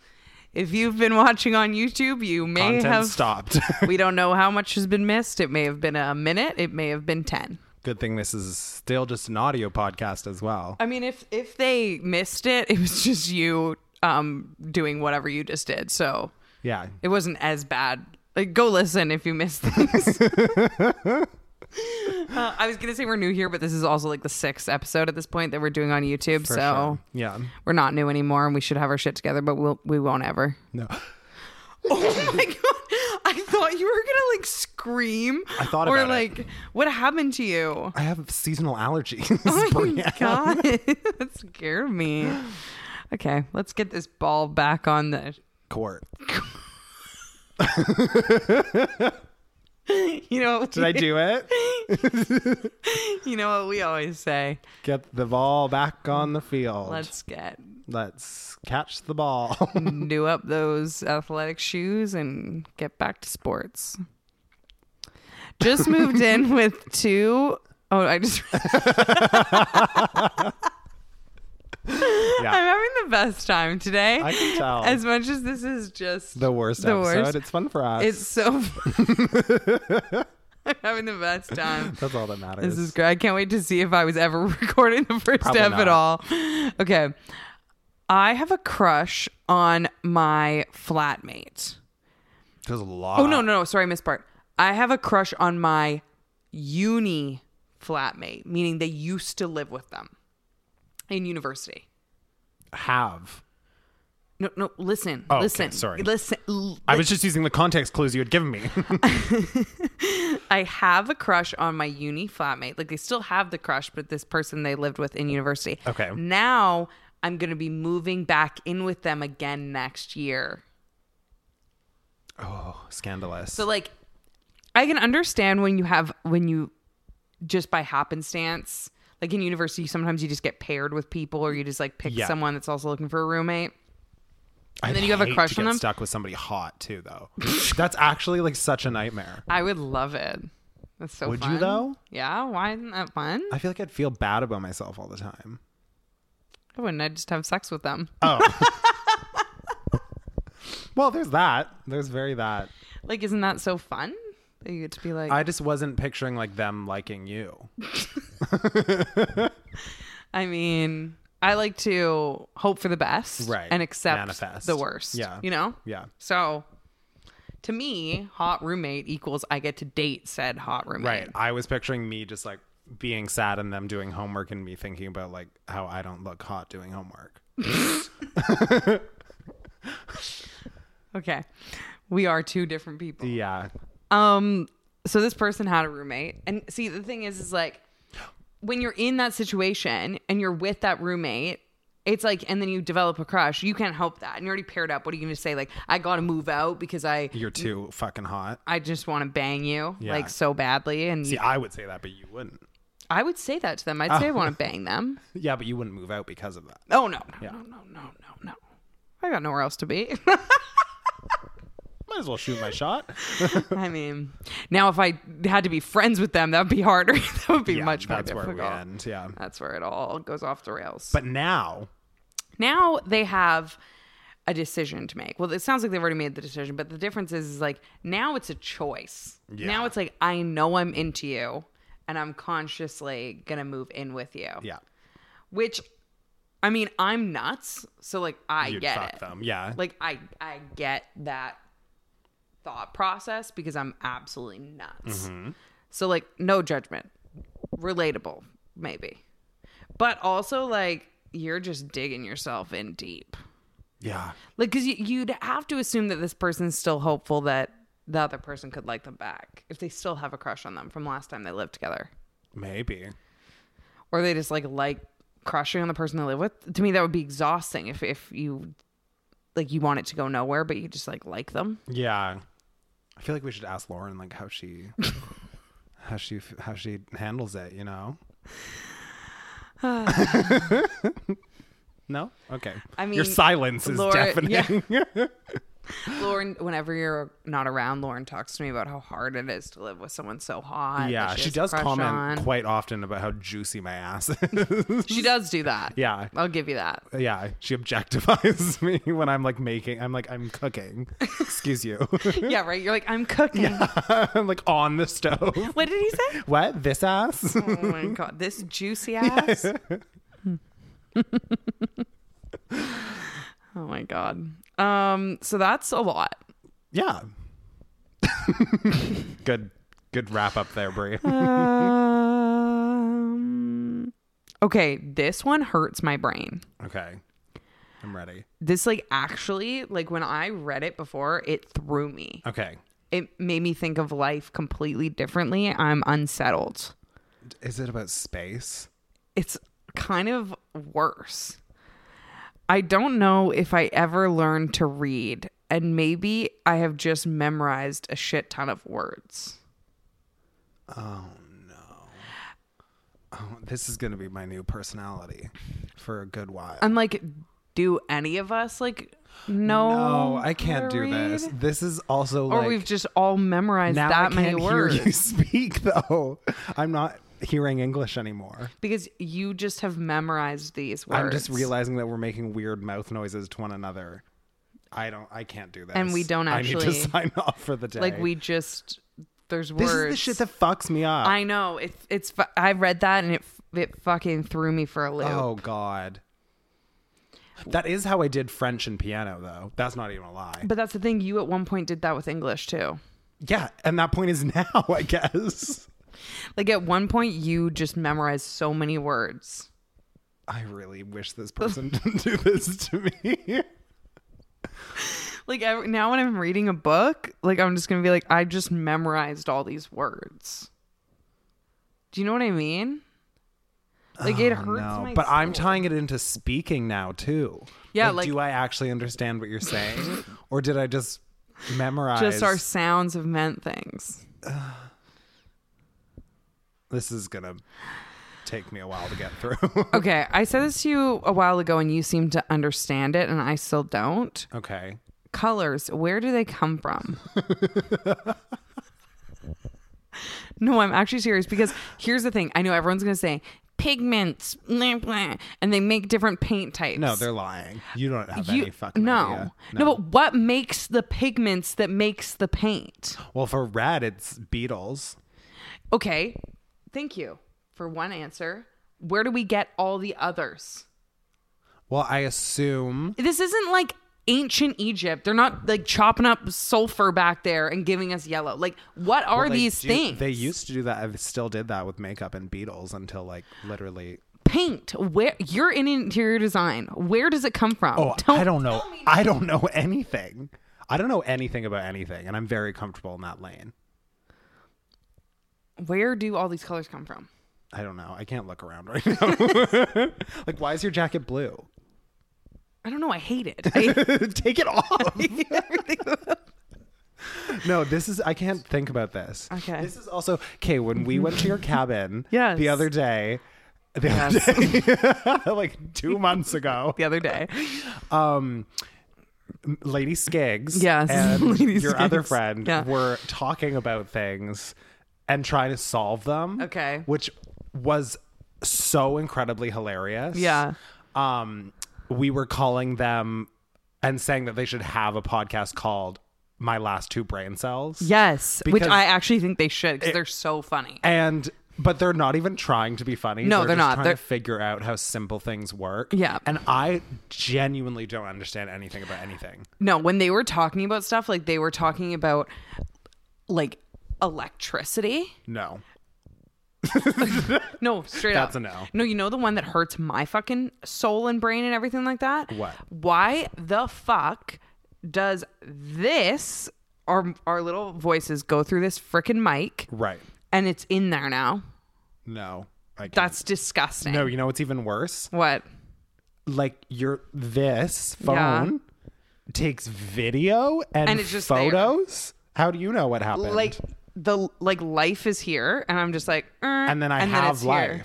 B: If you've been watching on YouTube, you may
A: Content
B: have.
A: stopped. [LAUGHS]
B: [LAUGHS] We don't know how much has been missed. It may have been a minute. It may have been 10.
A: Good thing this is still just an audio podcast as well.
B: I mean, if if they missed it, it was just you um doing whatever you just did. So
A: Yeah.
B: it wasn't as bad. Like, go listen if you missed
A: [LAUGHS]
B: things. Uh, I was gonna say we're new here, but this is also like the sixth episode at this point that we're doing on YouTube.
A: For
B: so
A: sure. Yeah.
B: we're not new anymore, and we should have our shit together, but we'll we
A: [LAUGHS]
B: won't ever.
A: No.
B: Oh my god! I thought you were gonna like scream.
A: I thought
B: or
A: about it.
B: like what happened
A: [LAUGHS]
B: to you?
A: I have seasonal
B: [LAUGHS]
A: allergies.
B: Oh
A: [LAUGHS] Bring
B: my
A: it.
B: god, [LAUGHS] that scared me. Okay, let's get this ball back on the. [LAUGHS]
A: Court.
B: You know,
A: Did I do it?
B: [LAUGHS] you know what we always say.
A: Get the ball back on the field. Let's,
B: Let's get
A: catch the
B: [LAUGHS]
A: ball. [LAUGHS]
B: do up those athletic shoes and get back to sports. Just
A: [LAUGHS]
B: moved in with two oh I just [LAUGHS] I'm
A: yeah.
B: having the best time today.
A: I can tell.
B: As much as this is just
A: the worst
B: the
A: episode.
B: worst.
A: It's fun for us. [LAUGHS]
B: it's so [LAUGHS] I'm having the best time.
A: That's all that matters.
B: This is great. I can't wait to see if I was ever [LAUGHS] recording the first
A: Probably
B: step
A: not.
B: at all. Okay. I have a crush on my flatmate.
A: There's a lot.
B: Oh, no, no, no. Sorry, Miss Bart. I have a crush on my uni flatmate, meaning they used to live with them in university.
A: Have.
B: No, no, listen.
A: Oh, okay,
B: listen.
A: sorry.
B: Listen. l-
A: I was just using the context clues you had given me. [LAUGHS]
B: I have a crush on my uni flatmate. Like they still have the crush, but this person they lived with in university.
A: Okay.
B: Now I'm going to be moving back in with them again next year.
A: oh, scandalous.
B: So like I can understand when you have when you just by happenstance, like in university sometimes you just get paired with people or you just like pick
A: Yeah.
B: someone that's also looking for a roommate.
A: and
B: then you have a crush
A: to
B: on
A: get
B: them?
A: Stuck with somebody hot too, though. That's actually like such a
B: [LAUGHS]
A: nightmare.
B: I would love it. That's so
A: Would you,
B: fun.
A: though?
B: Yeah, why isn't that fun?
A: I feel like I'd feel bad about myself all the time.
B: I wouldn't I just have sex with them?
A: Oh. [LAUGHS] Well, there's that. There's very that.
B: Like isn't that so fun? That you get to be like
A: I just wasn't picturing like them liking you.
B: I mean, I like to hope for the best
A: Right.
B: and accept
A: Manifest.
B: the worst.
A: Yeah.
B: You know?
A: Yeah.
B: So to me, hot roommate equals I get to date said hot roommate.
A: Right. I was picturing me just like being sad and them doing homework and me thinking about like how I don't look hot doing homework.
B: Okay. We are two different people.
A: Yeah.
B: Um so this person had a roommate and see the thing is is like when you're in that situation and you're with that roommate it's like and then you develop a crush you can't help that and you're already paired up what are you gonna say like i gotta move out because i
A: You're too fucking hot.
B: i just want to bang you
A: Yeah.
B: like so badly and
A: See, Oh. I would say that, but you wouldn't.
B: i would say that to them i'd say i
A: [LAUGHS]
B: want to bang them
A: Yeah, but you wouldn't move out because of that.
B: oh no no no no no no no i got nowhere else to be [LAUGHS]
A: Might as well shoot my shot.
B: i mean now if i had to be friends with them that would be harder [LAUGHS] that would
A: [LAUGHS]
B: be
A: Yeah,
B: much more
A: that's where
B: difficult
A: we end. Yeah.
B: that's where it all goes off the rails
A: But now,
B: now they have a decision to make. Well, it sounds like they've already made the decision, but the difference is, is like now it's a choice.
A: Yeah.
B: Now it's like I know I'm into you and I'm consciously going to move in with you.
A: yeah,
B: Which I mean, I'm nuts, so like I
A: you'd
B: get
A: fuck
B: it.
A: them. Yeah.
B: Like I I get that thought process because I'm absolutely nuts. So like no judgment. Relatable, maybe. But also like you're just digging yourself in deep.
A: yeah.
B: Like cuz you'd have to assume that this person's still hopeful that the other person could like them back if they still have a crush on them from last time they lived together.
A: Maybe.
B: Or they just like like crushing on the person they live with. To me that would be exhausting if if you like you want it to go nowhere but you just like like them.
A: Yeah. I feel like we should ask Lauren like how [LAUGHS] she how she how she handles it, you know? [SIGHS] no? Okay.
B: I mean,
A: your silence is
B: Lauren-
A: [LAUGHS]
B: [LAUGHS]
A: deafening.
B: Lauren, whenever you're not around, Lauren talks to me about how hard it is to live with someone so hot.
A: Yeah,
B: that
A: she,
B: has a
A: does
B: crush
A: comment
B: on.
A: quite often about how juicy my ass
B: [LAUGHS]
A: is.
B: She does do that.
A: yeah.
B: I'll give
A: [LAUGHS]
B: you that.
A: Yeah, she objectifies [LAUGHS] me when I'm like making I'm like I'm cooking. Excuse you. [LAUGHS]
B: Yeah, right. You're like, I'm cooking.
A: I'm like on the stove.
B: [LAUGHS] What did
A: [LAUGHS]
B: he say?
A: What? This ass?
B: Oh my god, this juicy ass.
A: [LAUGHS]
B: oh my god. Um, so that's a lot.
A: Yeah. [LAUGHS] good good wrap up there, [LAUGHS] Brie.
B: Um, okay, this one hurts my brain.
A: Okay. I'm ready.
B: This like actually like when I read it before, it threw me.
A: Okay.
B: it made me think of life completely differently. I'm unsettled.
A: Is it about space?
B: It's kind of worse. I don't know if I ever learned to read, and maybe I have just memorized a shit ton of words.
A: Oh, this is going to be my new personality for a good while.
B: I'm like, do any of us like know?
A: no, I can't
B: how to
A: do this.
B: read?
A: This is also
B: Oh, Or
A: like
B: we've just all memorized
A: now
B: that
A: I
B: many
A: can't
B: words
A: hear you [LAUGHS] speak though. I'm not hearing English anymore.
B: because you just have memorized these words.
A: I'm just realizing that we're making weird mouth noises to one another. I don't. I can't do this.
B: And we don't
A: I need
B: actually-
A: to [LAUGHS] sign off for the day.
B: like we just there's
A: This
B: words.
A: is the shit that fucks me up.
B: I know it's it's. fu- I read that and it it fucking threw me for a loop.
A: Oh God. That is how I did French and piano, though. That's not even a lie.
B: But that's the thing. You at one point did that with English too.
A: Yeah, and that point is [LAUGHS] now, I guess.
B: Like at one point, you just memorized so many words.
A: I really wish this
B: [LAUGHS]
A: person didn't do this to me.
B: Like every, now, when I'm reading a book, like I'm just gonna be like, I just memorized all these words. Do you know what I mean? Like it hurts
A: Oh, no,
B: my.
A: but I'm
B: soul.
A: tying it into speaking now too.
B: Yeah, like-
A: do I actually understand what you're
B: [LAUGHS]
A: saying, or did I just memorize?
B: just our sounds have meant things.
A: This is gonna take me a while to get through. [LAUGHS]
B: Okay, I said this to you a while ago, and you seemed to understand it, and I still don't.
A: okay,
B: colors where do they come from no i'm actually serious because here's the thing i know everyone's going to say pigments blah, blah, and they make different paint types
A: no, they're lying. You don't have
B: you,
A: any fucking
B: no.
A: idea.
B: no but what makes the pigments that makes the paint
A: Well, for red, it's beetles.
B: okay thank you for one answer where do we get all the others
A: Well, I assume
B: this isn't like ancient egypt they're not like chopping up sulfur back there and giving us yellow like what are
A: Well, they
B: these
A: do-
B: things
A: They used to do that. I still did that with makeup and Beatles until like literally.
B: paint where you're in interior design where does it come from
A: Oh, I don't know. I don't know anything. I don't know anything about anything, and I'm very comfortable in that lane.
B: Where do all these colors come from?
A: I don't know. I can't look around right now. [LAUGHS] like, why is your jacket blue? [LAUGHS]
B: I don't know. I hate it. I
A: Take it
B: [LAUGHS]
A: off.
B: hate everything.
A: No, this is. I can't think about this.
B: Okay.
A: This is also okay. When we went to your cabin,
B: [LAUGHS] Yes.
A: the other day, the
B: Yes.
A: other day, [LAUGHS] like two months ago,
B: [LAUGHS] the other day.
A: um, M- Lady Skiggs,
B: Yes, [LAUGHS]
A: and
B: Lady
A: your other
B: Skiggs.
A: friend
B: Yeah.
A: were talking about things and trying to solve them.
B: Okay.
A: which was so incredibly hilarious.
B: Yeah.
A: um, we were calling them and saying that they should have a podcast called "My Last Two Brain Cells."
B: Yes,
A: Because-
B: which I actually think they should because they're so funny.
A: and but they're not even trying to be funny.
B: No, they're
A: just
B: not.
A: Trying
B: They're-
A: to figure out how simple things work.
B: Yeah.
A: and I genuinely don't understand anything about anything.
B: No, when they were talking about stuff, like they were talking about like electricity.
A: No,
B: No, straight up.
A: That's a no.
B: No, you know the one that hurts my fucking soul and brain and everything like that?
A: What?
B: Why the fuck does this our our little voices go through this freaking mic
A: right?
B: and it's in there now?
A: No, I can't.
B: That's disgusting.
A: no. You know what's even worse?
B: What?
A: Like your this phone
B: Yeah.
A: takes video and,
B: And it's just there.
A: photos. How do you know what happened?
B: Like the like life is here and I'm just like, "Er,"
A: and then I have
B: it's
A: life.
B: here.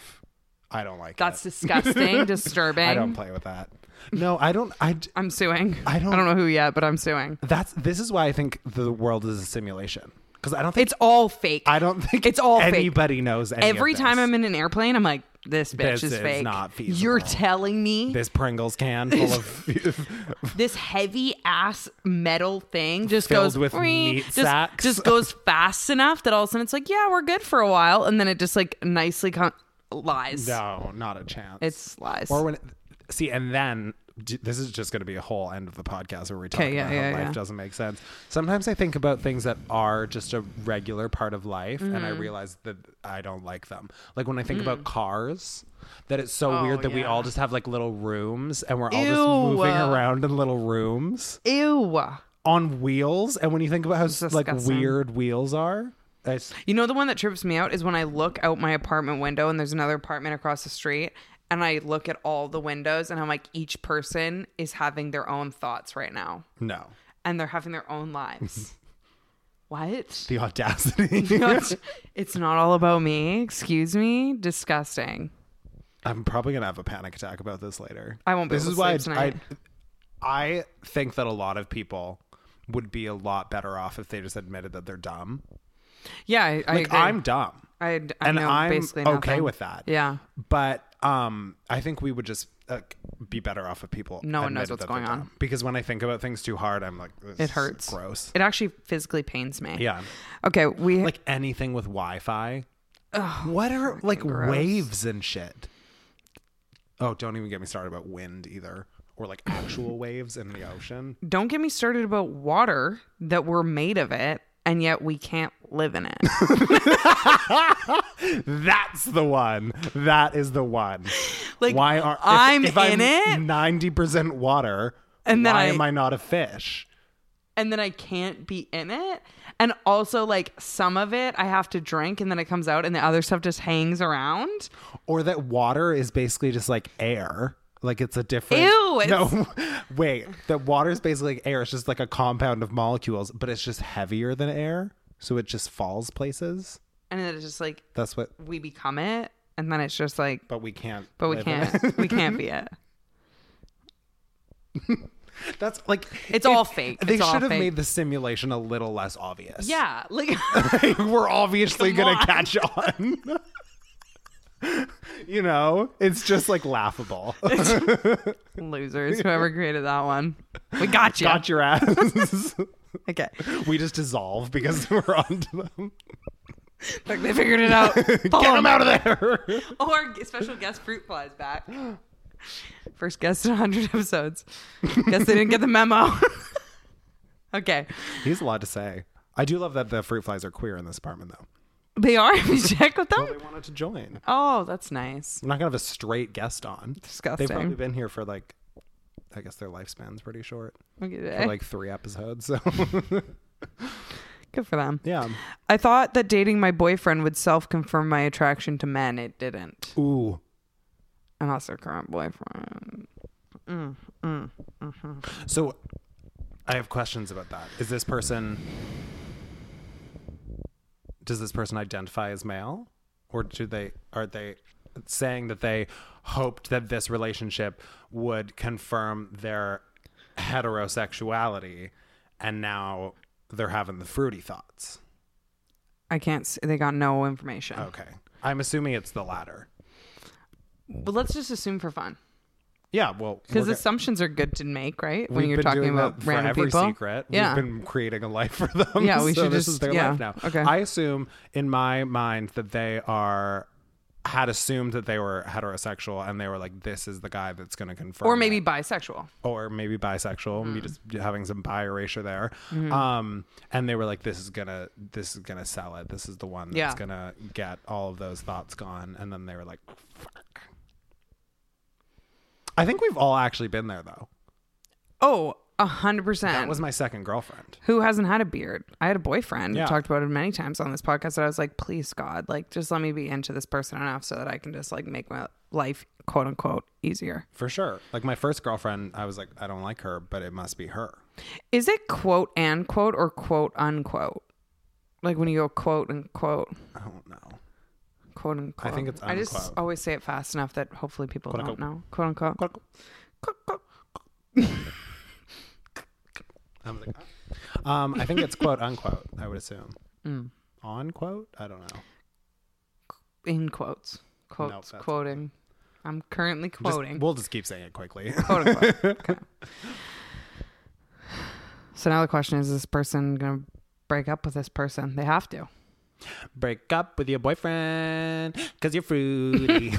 A: I don't like
B: That's
A: it. [LAUGHS]
B: disgusting, disturbing.
A: I don't play with that. No, I don't. I. d-
B: I'm suing.
A: I don't-
B: I don't know who yet, but I'm suing.
A: That's this is why I think the world is a simulation because I don't think
B: It's all fake.
A: I don't think
B: It's all fake.
A: anybody knows. Any
B: Every
A: of
B: time
A: this.
B: I'm in an airplane, I'm like, this bitch
A: This
B: is,
A: is
B: fake.
A: not feasible.
B: You're telling me
A: this Pringles can
B: [LAUGHS]
A: full of [LAUGHS]
B: this heavy ass metal thing just
A: Filled
B: goes
A: with
B: "Wee,"
A: meat
B: just,
A: sacks. [LAUGHS]
B: just goes fast enough that all of a sudden it's like, yeah, we're good for a while, and then it just like nicely con- lies.
A: no, not a chance.
B: It's lies.
A: or when it, see, and then d- this is just going to be a whole end of the podcast where we talk
B: Okay, yeah,
A: about
B: yeah,
A: how life
B: yeah.
A: doesn't make sense. Sometimes I think about things that are just a regular part of life, and I
B: Mm-hmm.
A: realize that I don't like them. Like when I think about cars. That it's so
B: Mm. Oh,
A: weird that we
B: yeah.
A: all just have like little rooms and we're all
B: Ew.
A: just moving around in little rooms.
B: Ew.
A: on wheels and when you think about how like
B: disgusting.
A: weird wheels are it's,
B: You know the one that trips me out is when I look out my apartment window and there's another apartment across the street and I look at all the windows and I'm like each person is having their own thoughts right now
A: no
B: and they're having their
A: [LAUGHS]
B: own lives. what?
A: the
B: [LAUGHS]
A: audacity
B: It's- it's not all about me. Excuse me. Disgusting.
A: i'm probably gonna have a panic attack about this later
B: I won't be
A: this
B: able
A: is
B: to
A: why
B: sleep
A: I,
B: tonight.
A: I i think that a lot of people would be a lot better off if they just admitted that they're dumb
B: Yeah, I, I
A: like
B: agree.
A: i'm dumb
B: I, d- I
A: and
B: know
A: i'm
B: basically
A: okay
B: nothing.
A: with that
B: Yeah.
A: but um i think we would just uh, be better off if people
B: No one knows
A: admitted
B: what's
A: that they're
B: going on.
A: dumb. because when i think about things too hard i'm like this
B: It
A: is
B: hurts.
A: gross
B: It actually physically pains me.
A: yeah
B: Okay. We
A: like anything with Wi-Fi. what are like
B: gross.
A: waves and shit? Oh, don't even get me started about wind either, or like
B: [LAUGHS]
A: actual waves in the ocean.
B: don't get me started about water that we're made of it and yet we can't live in it.
A: [LAUGHS] That's the one. That is the one.
B: [LAUGHS] Like,
A: why are
B: I'm in it?
A: Ninety percent water,
B: And then
A: why
B: I-
A: am I not a fish?
B: and then I can't be in it. And also, like, some of it I have to drink and then it comes out, and the other stuff just hangs around.
A: Or that water is basically just like air. Like it's a different.
B: Ew, it's-
A: [LAUGHS] No, wait. That water is basically like air. It's just like a compound of molecules, but it's just heavier than air, so it just falls places.
B: And then it's just like,
A: That's what.
B: we become it. And then it's just like,
A: But we can't.
B: but we
A: live in it.
B: can't. we can't
A: [LAUGHS]
B: be it.
A: That's like
B: It's all fake.
A: They
B: It's all
A: should have
B: fake.
A: made the simulation a little less obvious. [LAUGHS]
B: [LAUGHS] Yeah. Like,
A: we're obviously
B: Come
A: gonna
B: on.
A: catch on. [LAUGHS] you know, it's just like laughable.
B: losers, whoever created that one.
A: [LAUGHS]
B: We got you.
A: [LAUGHS] Got your ass. [LAUGHS]
B: Okay.
A: we just dissolve because [LAUGHS] we're onto them.
B: Look, they figured it
A: [LAUGHS]
B: out.
A: Get
B: Boom.
A: them out of [LAUGHS] there.
B: Oh, our g- special guest fruit flies back. First guest in 100 episodes. Guess they didn't get the memo. [LAUGHS] okay.
A: He's a lot to say. I do love that the fruit flies are queer in this apartment, though.
B: They [LAUGHS] are. We check with
A: They
B: them.
A: wanted to join.
B: Oh, that's nice.
A: I'm not gonna have a straight guest on.
B: Disgusting.
A: They've probably been here for like, I guess their lifespan's pretty short,
B: Look at
A: for
B: that.
A: like three episodes. So
B: Good for them.
A: [LAUGHS] Yeah.
B: I thought that dating my boyfriend would self confirm my attraction to men. It didn't.
A: Ooh.
B: And also current boyfriend.
A: So I have questions about that. Is this person does this person identify as male or do they are they saying that they hoped that this relationship would confirm their heterosexuality and now they're having the fruity thoughts.
B: I can't. See, they got no information.
A: Okay. I'm assuming it's the latter.
B: But let's just assume for fun,
A: Yeah, well,
B: because
A: we're go-
B: assumptions are good to make, right? When
A: we've
B: you're
A: been
B: talking
A: doing
B: about
A: that for
B: random
A: every
B: people.
A: secret.
B: yeah.
A: We've been creating a life for them. [LAUGHS]
B: Yeah, we
A: so
B: should
A: this is
B: just-
A: their
B: yeah,
A: life now.
B: okay.
A: I assume in my mind that they are had assumed that they were heterosexual and they were like, This is the guy that's gonna confirm
B: or
A: it."
B: maybe Hmm. bisexual.
A: or maybe bisexual, me just having some bi erasure there.
B: Mm-hmm.
A: Um and they were like, This is gonna this is gonna sell it. This is the one that's
B: Yeah.
A: gonna get all of those thoughts gone. And then they were like, Fuck. I think we've all actually been there though.
B: Oh, a hundred
A: That
B: percent.
A: was my second girlfriend.
B: Who hasn't had a beard? I had a boyfriend.
A: Yeah.
B: I've talked about it many times on this podcast that I was like, please God, like just let me be into this person enough so that I can just like make my life quote unquote easier.
A: For sure. Like my first girlfriend, I was like, I don't like her, but it must be her.
B: Is it quote and quote or quote unquote? Like when you go quote and quote,
A: I don't know.
B: quote unquote.
A: think it's
B: I just
A: unquote.
B: always say it fast enough that hopefully people
A: Quote,
B: don't know. Quote unquote. Quote, quote.
A: I was like, "Ah." um, I think it's quote unquote. I would assume on quote. I don't know.
B: In quotes. Quotes.
A: that's-
B: quoting. I'm currently
A: Just-
B: quoting.
A: we'll just keep saying it quickly.
B: quote unquote. okay. So now the question is: Is this person going to break up with this person? They have to.
A: [LAUGHS] Break up with your boyfriend because [LAUGHS] you're fruity.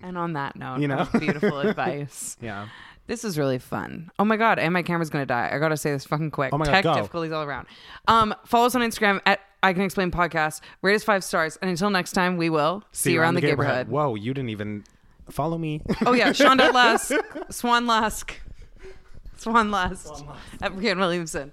B: And on that note,
A: You know?
B: of
A: [LAUGHS]
B: beautiful advice.
A: yeah.
B: This is really fun. Oh my god! And my camera's gonna die. I gotta say this fucking quick.
A: Oh my God,
B: Tech
A: go.
B: difficulties all around. Um, follow us on Instagram at I Can Explain Podcast. Rate us five stars. And until next time, we will see, you around the neighborhood.
A: Whoa, you didn't even follow me.
B: Oh yeah, Shonda Lusk, Swan Lusk, Swan Lusk, at Brian Williamson.